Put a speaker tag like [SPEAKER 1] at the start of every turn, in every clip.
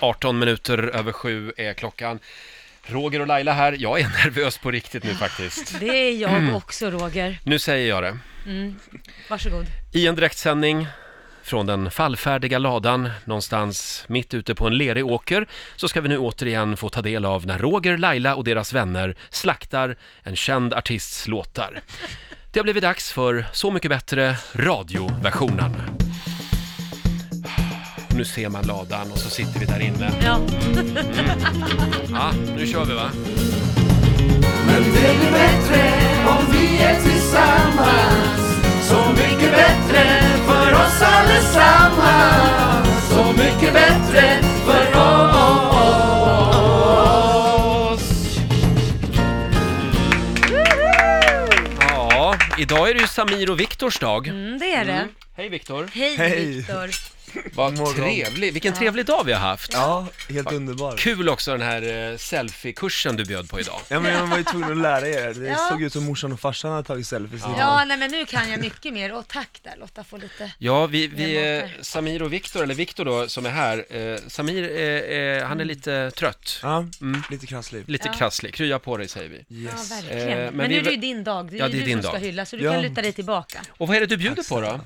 [SPEAKER 1] 18 minuter över sju är klockan. Roger och Laila här. Jag är nervös på riktigt nu faktiskt.
[SPEAKER 2] Det är
[SPEAKER 1] Mm.
[SPEAKER 2] jag också, Roger.
[SPEAKER 1] Nu säger jag det.
[SPEAKER 2] Varsågod.
[SPEAKER 1] I en direktsändning från den fallfärdiga ladan någonstans mitt ute på en lerig åker så ska vi nu återigen få ta del av när Roger, Laila och deras vänner slaktar en känd artists låtar. Det har blivit dags för Så mycket bättre radioversionen. Nu ser man ladan och så sitter vi där inne.
[SPEAKER 2] Ja.
[SPEAKER 1] Ja, Ah, nu kör vi va?
[SPEAKER 3] Men det blir bättre om vi är tillsammans Så mycket bättre för oss allesammans Så mycket bättre för oss
[SPEAKER 1] Ja, idag är det ju Samir och Viktors dag.
[SPEAKER 2] Mm, det är det.
[SPEAKER 1] Hej Viktor!
[SPEAKER 2] Hej,
[SPEAKER 4] Hej.
[SPEAKER 2] Viktor.
[SPEAKER 1] Vad
[SPEAKER 4] morgon.
[SPEAKER 1] trevlig, vilken trevlig dag vi har haft.
[SPEAKER 4] Ja, helt underbar.
[SPEAKER 1] Kul också den här eh, selfie-kursen du bjöd på idag.
[SPEAKER 4] Ja men jag var ju tvungen att lära er, det
[SPEAKER 2] Ja.
[SPEAKER 4] såg ut som morsan och farsan hade tagit selfies innan.
[SPEAKER 2] Ja, nej men nu kan jag mycket mer. Och tack där Lotta, får lite...
[SPEAKER 1] Ja, vi, vi
[SPEAKER 2] Jag
[SPEAKER 1] eh, Samir och Viktor, eller Viktor då, som är här. Eh, Samir, eh, eh, han är lite trött.
[SPEAKER 4] Ja,
[SPEAKER 1] Mm.
[SPEAKER 4] lite krasslig.
[SPEAKER 1] Lite krasslig. Krya på dig, säger vi.
[SPEAKER 2] Ja,
[SPEAKER 4] Yes.
[SPEAKER 2] verkligen.
[SPEAKER 1] Eh, men
[SPEAKER 2] men
[SPEAKER 1] vi-
[SPEAKER 2] nu är det ju din dag. Det är
[SPEAKER 1] Ja,
[SPEAKER 2] ju
[SPEAKER 1] det är
[SPEAKER 2] du
[SPEAKER 1] din
[SPEAKER 2] som ska
[SPEAKER 1] dag.
[SPEAKER 2] hylla, så du
[SPEAKER 4] Ja.
[SPEAKER 2] kan luta dig tillbaka.
[SPEAKER 1] Och vad är det du bjuder på då?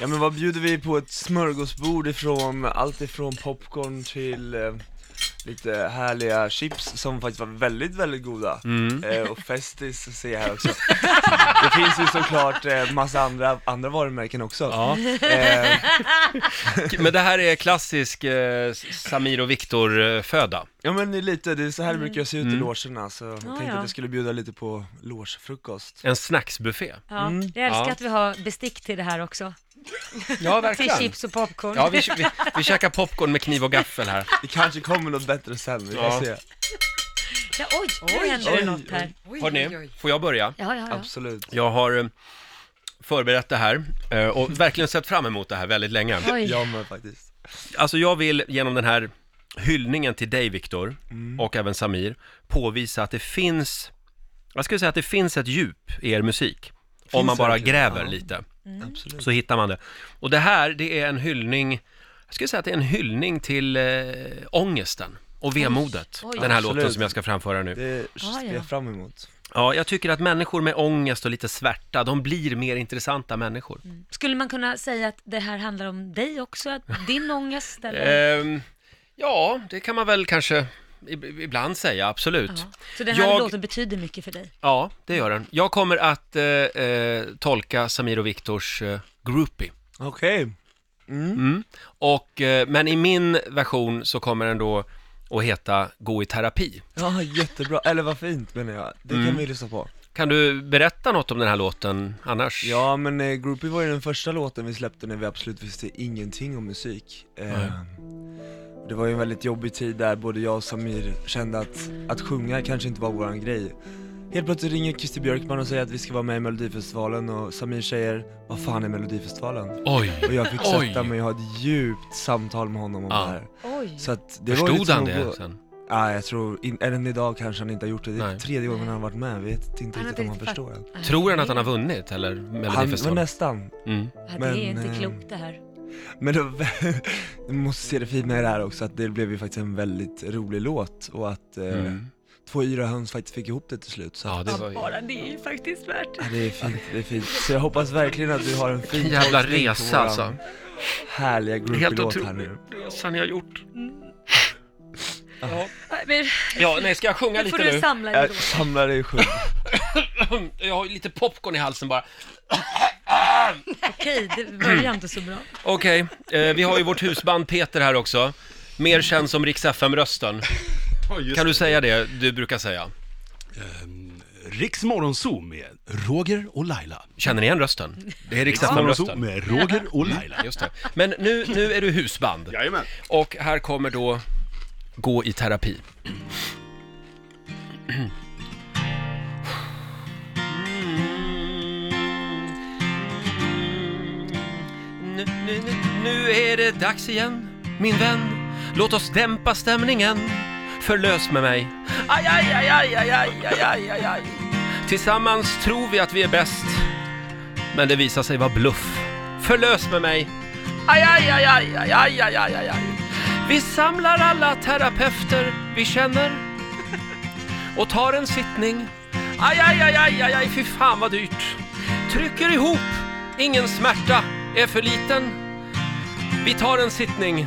[SPEAKER 4] Ja men vad bjuder vi på ett smörgåsbord ifrån allt ifrån popcorn till eh, lite härliga chips som faktiskt var väldigt, väldigt goda.
[SPEAKER 1] Mm.
[SPEAKER 4] Eh, och Festis ser jag här också. det finns ju såklart eh, massa andra, andra varumärken också.
[SPEAKER 1] Ja.
[SPEAKER 4] Eh,
[SPEAKER 1] Men det här är klassisk eh, Samir och Viktor-föda.
[SPEAKER 4] ja men det är lite, det är så här det brukar se ut
[SPEAKER 1] Mm.
[SPEAKER 4] i logerna så jag tänkte
[SPEAKER 2] Mm. ja.
[SPEAKER 4] att jag skulle bjuda lite på logefrukost.
[SPEAKER 1] En snacksbuffé.
[SPEAKER 2] Ja. Jag älskar
[SPEAKER 1] Mm. Ja.
[SPEAKER 2] att vi har bestick till det här också.
[SPEAKER 1] Ja,
[SPEAKER 2] Till
[SPEAKER 1] verkligen.
[SPEAKER 2] chips och popcorn.
[SPEAKER 1] Ja, vi, vi, vi käkar popcorn med kniv och gaffel här.
[SPEAKER 4] Det kanske kommer något bättre sen, vi får
[SPEAKER 1] Ja.
[SPEAKER 4] se.
[SPEAKER 2] Ja, oj, nu händer det något här.
[SPEAKER 1] Hörrni, får jag börja?
[SPEAKER 2] Ja, ja, ja.
[SPEAKER 4] Absolut.
[SPEAKER 1] Jag har eh, förberett det här eh, och verkligen sett fram emot det här väldigt länge.
[SPEAKER 2] Oj.
[SPEAKER 4] Jag med faktiskt.
[SPEAKER 1] Alltså jag vill genom den här hyllningen till dig Viktor
[SPEAKER 4] Mm.
[SPEAKER 1] och även Samir påvisa att det finns, jag skulle säga att det finns ett djup i er musik. om
[SPEAKER 4] Finns
[SPEAKER 1] man bara
[SPEAKER 4] verkligen,
[SPEAKER 1] gräver
[SPEAKER 4] ja. Mm.
[SPEAKER 1] lite
[SPEAKER 2] Mm.
[SPEAKER 4] Absolut.
[SPEAKER 1] så hittar man det. Och det här, det är en hyllning, jag skulle säga att det är en hyllning till eh, ångesten och vemodet.
[SPEAKER 2] Oj, oj.
[SPEAKER 1] Den här låten
[SPEAKER 4] Absolut.
[SPEAKER 1] som jag ska framföra nu.
[SPEAKER 4] Det
[SPEAKER 2] Ja,
[SPEAKER 4] ser
[SPEAKER 2] ja.
[SPEAKER 4] jag fram emot.
[SPEAKER 1] Ja, jag tycker att människor med ångest och lite svärta, de blir mer intressanta människor.
[SPEAKER 2] Skulle man kunna säga att det här handlar om dig också? Att din ångest? Eller?
[SPEAKER 1] Ehm, ja, det kan man väl kanske ib- ibland säga, absolut.
[SPEAKER 2] Ja. Så den här
[SPEAKER 1] Jag-
[SPEAKER 2] låten betyder mycket för dig?
[SPEAKER 1] Ja, det gör den. Jag kommer att eh, eh, tolka Samir och Viktors eh, groupie.
[SPEAKER 4] Okej.
[SPEAKER 1] Och, eh, men i min version så kommer den då att heta Gå i terapi.
[SPEAKER 4] Ja, jättebra. Eller vad fint menar jag. Det
[SPEAKER 1] Mm.
[SPEAKER 4] kan vi lyssna på.
[SPEAKER 1] Kan du berätta något om den här låten annars?
[SPEAKER 4] Ja, men eh, Groupie var ju den första låten vi släppte när vi absolut visste ingenting om musik. Eh, det var ju en väldigt jobbig tid där både jag och Samir kände att, att sjunga kanske inte var våran grej. Helt plötsligt ringer Christer Björkman och säger att vi ska vara med i Melodifestivalen och Samir säger Vad fan är Melodifestivalen?
[SPEAKER 1] Oj!
[SPEAKER 4] Och jag fick
[SPEAKER 1] Oj.
[SPEAKER 4] sätta mig och ha ett djupt samtal med honom om
[SPEAKER 1] Ja.
[SPEAKER 4] det här.
[SPEAKER 2] Oj.
[SPEAKER 4] Så att det var ju
[SPEAKER 1] Förstod
[SPEAKER 4] lite
[SPEAKER 1] han
[SPEAKER 4] som att
[SPEAKER 1] det
[SPEAKER 4] gå-
[SPEAKER 1] sen?
[SPEAKER 4] Nej, jag tror, in, än idag kanske han inte har gjort det. Det är
[SPEAKER 1] Nej.
[SPEAKER 4] tredje gången han har varit med. Jag vet inte
[SPEAKER 2] har
[SPEAKER 4] riktigt om han
[SPEAKER 2] inte riktigt
[SPEAKER 4] förstår än.
[SPEAKER 1] Tror han att han har vunnit, eller
[SPEAKER 4] Han var
[SPEAKER 1] Melodifestivalen?
[SPEAKER 4] nästan.
[SPEAKER 1] Mm.
[SPEAKER 2] Ja, det är
[SPEAKER 4] Men,
[SPEAKER 2] inte
[SPEAKER 4] eh,
[SPEAKER 2] klokt det här.
[SPEAKER 4] Men då, du måste se det fina i det här också, att det blev ju faktiskt en väldigt rolig låt och att eh,
[SPEAKER 1] Mm.
[SPEAKER 4] två yra höns faktiskt fick ihop det till slut. Så
[SPEAKER 1] Ja,
[SPEAKER 4] att,
[SPEAKER 1] det var ju...
[SPEAKER 2] Bara det är ju faktiskt värt
[SPEAKER 4] ja, det är fint, det är fint. Så jag hoppas verkligen att du har en fin
[SPEAKER 1] Vilken jävla
[SPEAKER 4] tolkning på
[SPEAKER 1] resa
[SPEAKER 4] våran
[SPEAKER 1] alltså.
[SPEAKER 4] Härliga
[SPEAKER 1] Helt
[SPEAKER 4] groupie-låt här
[SPEAKER 1] otrolig
[SPEAKER 4] nu.
[SPEAKER 1] resa ni har gjort.
[SPEAKER 2] Men,
[SPEAKER 1] Ja, nej, ska jag sjunga
[SPEAKER 2] nu får
[SPEAKER 1] lite
[SPEAKER 2] du
[SPEAKER 1] nu?
[SPEAKER 2] samla dig
[SPEAKER 4] Jag
[SPEAKER 2] då.
[SPEAKER 4] samlar dig själv.
[SPEAKER 1] Jag har ju lite popcorn i halsen bara.
[SPEAKER 2] Okej, det börjar inte så bra.
[SPEAKER 1] Okej, eh, vi har ju vårt husband Peter här också. Mer känd som Rix FM-rösten. Kan du säga det du brukar säga?
[SPEAKER 5] Riks Morgonzoo med Roger och Laila.
[SPEAKER 1] Känner ni igen rösten? Det är Rix
[SPEAKER 5] Morgonzoo
[SPEAKER 1] FM-rösten.
[SPEAKER 5] med Roger och Laila.
[SPEAKER 1] Just det. Men nu, nu är du husband.
[SPEAKER 5] Jajamän.
[SPEAKER 1] Och här kommer då Gå i terapi. Mm. Nu, nu, nu, nu är det dags igen, min vän. Låt oss dämpa stämningen. Förlös med mig. Aj, aj, aj, aj, aj, aj, aj, aj, aj, aj. Tillsammans tror vi att vi är bäst. Men det visar sig vara bluff. Förlös med mig. Aj, aj, aj, aj, aj, aj, aj, aj, aj, aj. Vi samlar alla terapeuter vi känner och tar en sittning. Aj, aj, aj, aj, aj, aj, fy fan vad dyrt. Trycker ihop, ingen smärta är för liten. Vi tar en sittning.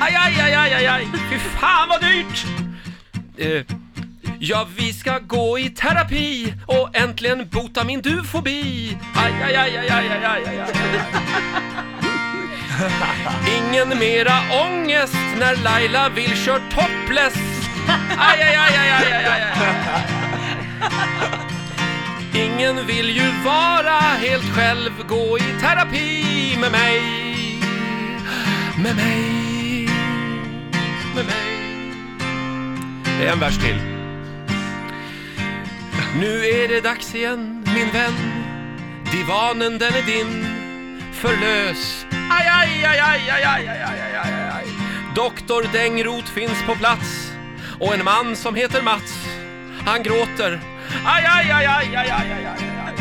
[SPEAKER 1] Aj, aj, aj, aj, aj, aj, fy fan vad dyrt. Eh, Ja, vi ska gå i terapi och äntligen bota min dufobi. Aj, aj, aj, aj, aj, aj, aj, aj, aj. Ingen mera ångest när Laila vill kör topless. Aj, aj, aj, aj, aj, aj, aj, aj. Ingen vill ju vara helt själv, gå i terapi med mig. Med mig. Med mig. Det är en vers till. Nu är det dags igen, min vän. Divanen den är din. Förlös. Aj, aj, aj, aj, aj, aj, aj, aj, aj, aj, aj. Doktor Dängrot finns på plats. Och en man som heter Mats. Han gråter. Aj, aj, aj, aj, aj, aj, aj, aj, aj.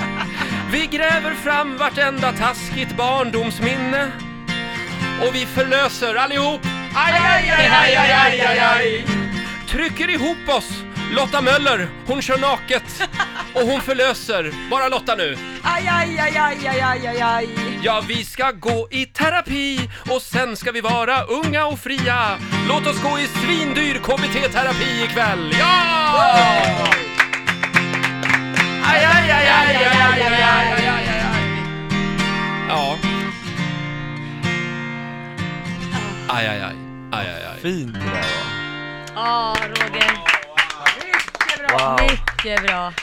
[SPEAKER 1] Vi gräver fram vartenda taskigt barndomsminne. Och vi förlöser allihop. Aj, aj, aj, aj, aj, aj, aj, aj. Trycker ihop oss. Lotta Möller, hon kör naket. Och hon förlöser. Bara Lotta nu.
[SPEAKER 6] Aj, aj, aj, aj, aj, aj, aj, aj.
[SPEAKER 1] Ja, vi ska gå i terapi och sen ska vi vara unga och fria. Låt oss gå i svindyr KBT-terapi ikväll. Ja! Aj, aj, aj, aj, aj, aj, aj, aj, aj, aj, aj. Ja. Aj, aj, aj. Aj, aj, aj.
[SPEAKER 4] Fint det där va?
[SPEAKER 2] Ja, Roger. Mycket bra.
[SPEAKER 4] Wow.
[SPEAKER 2] Mycket bra.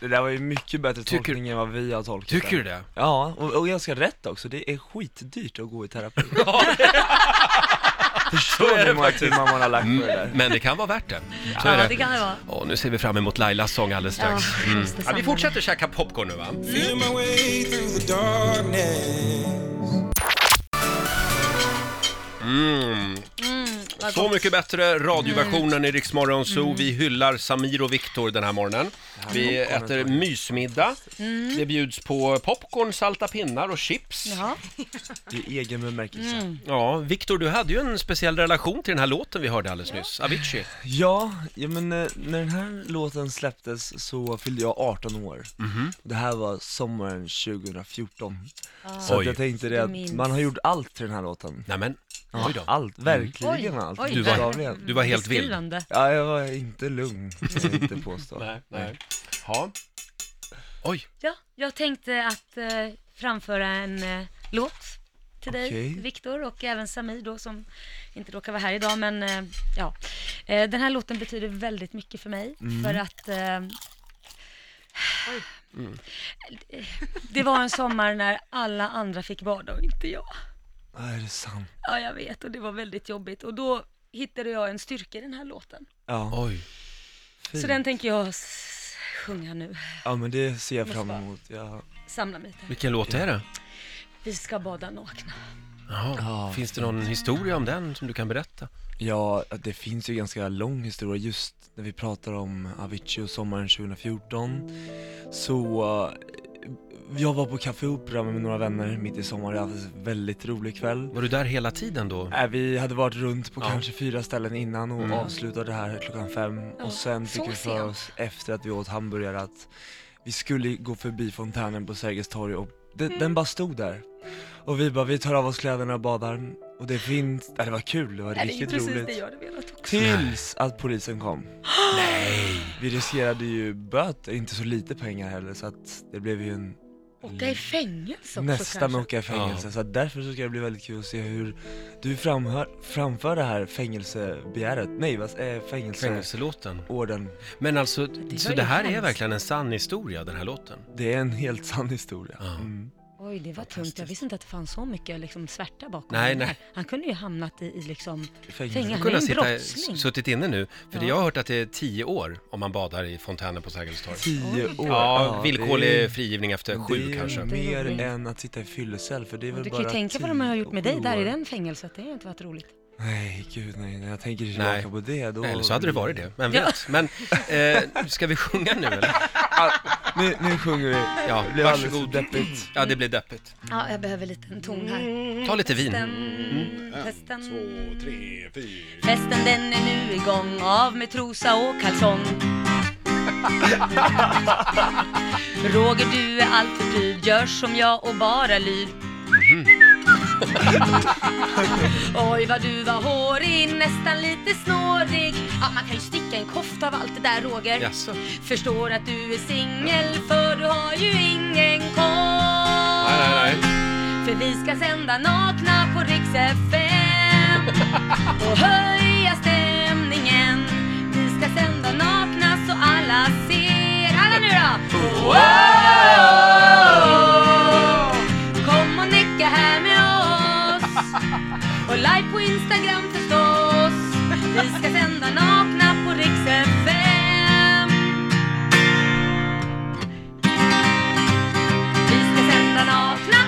[SPEAKER 4] Det där var ju mycket bättre
[SPEAKER 1] Tycker-
[SPEAKER 4] tolkning än vad vi har tolkat
[SPEAKER 1] Tycker du
[SPEAKER 4] det?
[SPEAKER 1] det?
[SPEAKER 4] Ja, och, och ganska rätt också. Det är skitdyrt att gå i terapi.
[SPEAKER 1] Ja,
[SPEAKER 4] Förstår ni hur många timmar man har lagt på det där?
[SPEAKER 1] Mm. men det kan vara värt det. Så
[SPEAKER 2] Ja,
[SPEAKER 1] är
[SPEAKER 2] det
[SPEAKER 1] det.
[SPEAKER 2] kan det vara.
[SPEAKER 1] Åh, nu ser vi fram emot Lailas sång alldeles
[SPEAKER 2] Ja,
[SPEAKER 1] strax.
[SPEAKER 2] just det,
[SPEAKER 1] Ja, vi
[SPEAKER 2] samma.
[SPEAKER 1] fortsätter käka popcorn nu va?
[SPEAKER 3] Feeling my way through the darkness.
[SPEAKER 2] Vad
[SPEAKER 1] Mm. Så
[SPEAKER 2] gott.
[SPEAKER 1] mycket bättre radioversionen i Rix Morgon Zoo. Vi hyllar Samir och Viktor den här morgonen. Vi äter mysmiddag. Det bjuds på popcorn, salta pinnar och chips. Ja,
[SPEAKER 2] Ja.
[SPEAKER 4] Det är egen bemärkelse.
[SPEAKER 2] Mm.
[SPEAKER 1] Viktor, du hade ju en speciell relation till den här låten vi hörde alldeles nyss, Avicii.
[SPEAKER 4] Ja, ja men eh, när den här låten släpptes så fyllde jag 18 år.
[SPEAKER 1] Mhm.
[SPEAKER 4] Det här var sommaren 2014. Så
[SPEAKER 1] Oj.
[SPEAKER 4] att jag tänkte det
[SPEAKER 2] Mm. minns.
[SPEAKER 4] att man har gjort allt till den här låten.
[SPEAKER 1] Nej, men,
[SPEAKER 4] Ja,
[SPEAKER 1] oj då. Mm.
[SPEAKER 4] allt, verkligen
[SPEAKER 2] Oj,
[SPEAKER 4] allt.
[SPEAKER 2] oj,
[SPEAKER 1] Du var-
[SPEAKER 4] Bokstavligen.
[SPEAKER 1] Du var helt vild.
[SPEAKER 2] Beskrivande.
[SPEAKER 4] Ja, jag var inte lugn, kan jag inte påstå.
[SPEAKER 1] Nej, nej. Ja. Oj,
[SPEAKER 2] Ja, jag tänkte att eh, framföra en eh, låt till dig,
[SPEAKER 4] Okej.
[SPEAKER 2] Viktor, och även Samir då, som inte råkar vara här idag, men eh, ja. Eh, den här låten betyder väldigt mycket för mig,
[SPEAKER 4] Mm.
[SPEAKER 2] för att eh,
[SPEAKER 4] Mm.
[SPEAKER 2] det var en sommar när alla andra fick bada och inte jag.
[SPEAKER 4] Ja, är det sant?
[SPEAKER 2] Ja, jag vet, och det var väldigt jobbigt. Och då hittade jag en styrka i den här låten.
[SPEAKER 4] Ja,
[SPEAKER 1] oj.
[SPEAKER 2] Så den tänker jag s- sjunga nu.
[SPEAKER 4] ja men det ser jag
[SPEAKER 2] Måste
[SPEAKER 4] fram
[SPEAKER 2] vara.
[SPEAKER 4] emot. Ja.
[SPEAKER 2] Samla mig till.
[SPEAKER 1] Vilken låt är det?
[SPEAKER 2] Vi ska bada nakna.
[SPEAKER 1] Jaha. Finns det någon historia om den som du kan berätta?
[SPEAKER 4] Ja, det finns ju ganska lång historia just när vi pratar om Avicii och sommaren 2014. Så eh, jag var på Café Opera med några vänner mitt i sommaren, jag hade en väldigt rolig kväll.
[SPEAKER 1] Var du där hela tiden då?
[SPEAKER 4] Äh, vi hade varit runt på
[SPEAKER 1] Ja.
[SPEAKER 4] kanske fyra ställen innan och
[SPEAKER 1] Mm.
[SPEAKER 4] avslutade det här klockan fem.
[SPEAKER 2] Ja,
[SPEAKER 4] Och sen
[SPEAKER 2] så
[SPEAKER 4] fick vi för
[SPEAKER 2] sent.
[SPEAKER 4] oss efter att vi åt hamburgare att vi skulle gå förbi fontänen på Sergels torg och de,
[SPEAKER 2] Mm.
[SPEAKER 4] den bara stod där. Och vi bara, vi tar av oss kläderna och badar. Och det finns, äh, det var kul, det var
[SPEAKER 2] Nej, det är ju
[SPEAKER 4] riktigt
[SPEAKER 2] precis
[SPEAKER 4] roligt.
[SPEAKER 2] det jag hade velat också.
[SPEAKER 4] Tills att polisen kom. Nej! Vi riskerade ju böter, inte så lite pengar heller så att det blev ju en
[SPEAKER 2] Åka i fängelse också
[SPEAKER 4] nästan
[SPEAKER 2] kanske.
[SPEAKER 4] med åka i fängelse. Så att därför så ska det bli väldigt kul att se hur du framhör, framför det här fängelsebegäret. Nej, vad, eh, fängelseorden.
[SPEAKER 1] Fängelselåten. Men alltså,
[SPEAKER 2] det
[SPEAKER 1] så
[SPEAKER 2] var
[SPEAKER 1] det
[SPEAKER 2] ju
[SPEAKER 1] här är
[SPEAKER 2] hemskt.
[SPEAKER 1] verkligen en sann historia, den här låten?
[SPEAKER 4] Det är en helt sann historia.
[SPEAKER 1] Ja.
[SPEAKER 4] Mm.
[SPEAKER 2] Oj, det var tungt. Jag visste inte att det fanns så mycket liksom, svärta bakom
[SPEAKER 1] Nej,
[SPEAKER 2] det
[SPEAKER 1] nej.
[SPEAKER 2] här. Han kunde ju hamnat i, i liksom...
[SPEAKER 4] Fängelse.
[SPEAKER 2] Fängelse. Han är
[SPEAKER 1] kunna
[SPEAKER 2] en
[SPEAKER 1] sitta,
[SPEAKER 2] brottsling.
[SPEAKER 1] suttit inne nu. För det
[SPEAKER 2] Ja.
[SPEAKER 1] jag har hört att det är tio år om man badar i fontänen på Sergels torg.
[SPEAKER 4] Tio år.
[SPEAKER 1] Ja,
[SPEAKER 4] det är-
[SPEAKER 1] villkorlig frigivning efter sju
[SPEAKER 4] det är
[SPEAKER 1] kanske.
[SPEAKER 4] mer än att sitta i fyllecell för det är väl
[SPEAKER 2] Du kan
[SPEAKER 4] bara
[SPEAKER 2] ju tänka på vad de har gjort med dig
[SPEAKER 4] tio
[SPEAKER 2] där i
[SPEAKER 4] år.
[SPEAKER 2] den fängelset. Det har ju inte varit roligt.
[SPEAKER 4] Nej, gud nej, när jag tänker tillbaka
[SPEAKER 1] Nej.
[SPEAKER 4] på det då...
[SPEAKER 1] Nej, eller så hade det
[SPEAKER 4] blir-
[SPEAKER 1] varit det. Vem vet? Men eh, ska vi sjunga nu eller?
[SPEAKER 4] Nu, nu sjunger vi.
[SPEAKER 1] Ja,
[SPEAKER 4] Det blir
[SPEAKER 1] varsågod.
[SPEAKER 4] alldeles deppigt.
[SPEAKER 1] Ja, det blir deppigt.
[SPEAKER 2] Ja, jag behöver lite en ton här.
[SPEAKER 1] Ta lite vin.
[SPEAKER 2] Mm.
[SPEAKER 1] Mm.
[SPEAKER 2] Festen, festen.
[SPEAKER 5] tre, fyra.
[SPEAKER 2] Festen den är nu igång, av med trosa och kalsong. Roger du är allt för pryd, gör som jag och bara lyd. Oj vad du var hårig, nästan lite snårig. Ja, man kan ju sticka en kofta av allt det där Roger.
[SPEAKER 1] Jaså?
[SPEAKER 2] Förstår att du är singel för du har ju ingen koll.
[SPEAKER 1] Nej, nej, nej.
[SPEAKER 2] För vi ska sända nakna på Rix FM och höja stämningen. Vi ska sända nakna så alla ser. Alla nu då! Wow! Kom och nicka här med oss och like på Instagram förstås. Vi ska sända nakna på Rix FM. Vi ska sända nakna.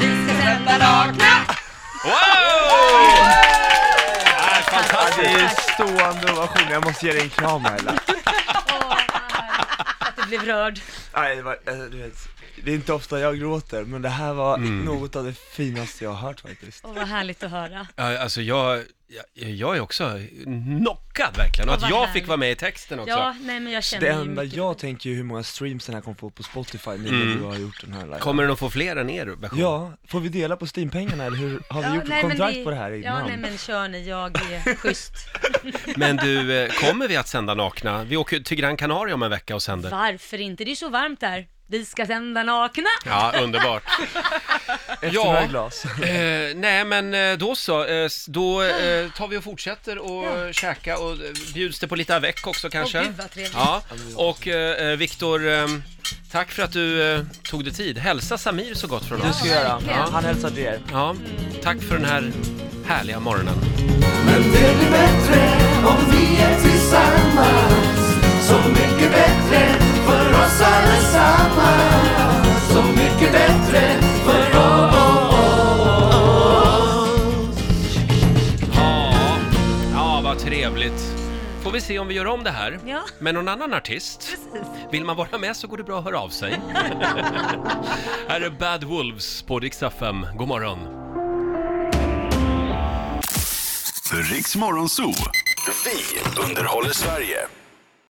[SPEAKER 2] Vi ska sända nakna.
[SPEAKER 4] Det är stående ovation, jag måste ge dig en kram Laila.
[SPEAKER 2] Åh, att du blev rörd.
[SPEAKER 4] Nej, det, var, alltså, du vet, det är inte ofta jag gråter, men det här var något av det finaste jag har hört faktiskt.
[SPEAKER 2] Åh, vad härligt att höra.
[SPEAKER 1] Ja, Alltså jag, jag, jag är också knockad verkligen. Och
[SPEAKER 2] Åh,
[SPEAKER 1] att
[SPEAKER 2] vad
[SPEAKER 1] jag
[SPEAKER 2] härligt.
[SPEAKER 1] fick vara med i texten också.
[SPEAKER 2] Ja, nej men jag känner
[SPEAKER 4] Det
[SPEAKER 2] ju
[SPEAKER 4] enda
[SPEAKER 2] mycket
[SPEAKER 4] jag
[SPEAKER 2] för
[SPEAKER 4] tänker är hur många streams den här kommer få på Spotify nu när du har gjort den här Laila.
[SPEAKER 1] Kommer den att få fler än er version?
[SPEAKER 4] Ja, får vi dela på Steam-pengarna eller hur? Har
[SPEAKER 2] det.
[SPEAKER 4] vi
[SPEAKER 2] Ja,
[SPEAKER 4] gjort ett
[SPEAKER 2] nej, men
[SPEAKER 4] kontrakt
[SPEAKER 2] vi-
[SPEAKER 4] på det här innan?
[SPEAKER 2] Ja, nej men kör ni, jag är schysst.
[SPEAKER 1] Men du, eh, kommer vi att sända nakna? Vi åker till Gran Canaria om en vecka och sänder.
[SPEAKER 2] Varför inte? Det är så varmt där. Vi ska sända nakna.
[SPEAKER 1] Ja, underbart.
[SPEAKER 4] Efter
[SPEAKER 1] Ja.
[SPEAKER 4] några glas.
[SPEAKER 1] Eh, nej, men eh, då så. Eh, s- då eh, tar vi och fortsätter och ja. käka och eh, bjuds det på lite avec också kanske.
[SPEAKER 2] Åh, gud, vad trevligt.
[SPEAKER 1] Ja, och eh, eh, Viktor, eh, tack för att du eh, tog dig tid. Hälsa Samir så gott från
[SPEAKER 4] Du
[SPEAKER 1] oss.
[SPEAKER 4] ska göra.
[SPEAKER 2] verkligen.
[SPEAKER 4] Han hälsar till er.
[SPEAKER 1] Ja, tack för den här härliga morgonen.
[SPEAKER 3] Men det blir bättre om vi är tillsammans Så mycket bättre för oss allesammans Så mycket bättre för oss
[SPEAKER 1] Ja, ja vad trevligt. Får vi se om vi gör om det här
[SPEAKER 2] Ja.
[SPEAKER 1] med någon annan artist. Vill man vara med så går det bra att höra av sig. här är Bad Wolves på Rix FM. God morgon.
[SPEAKER 7] Riks Morgonzoo. Vi underhåller Sverige.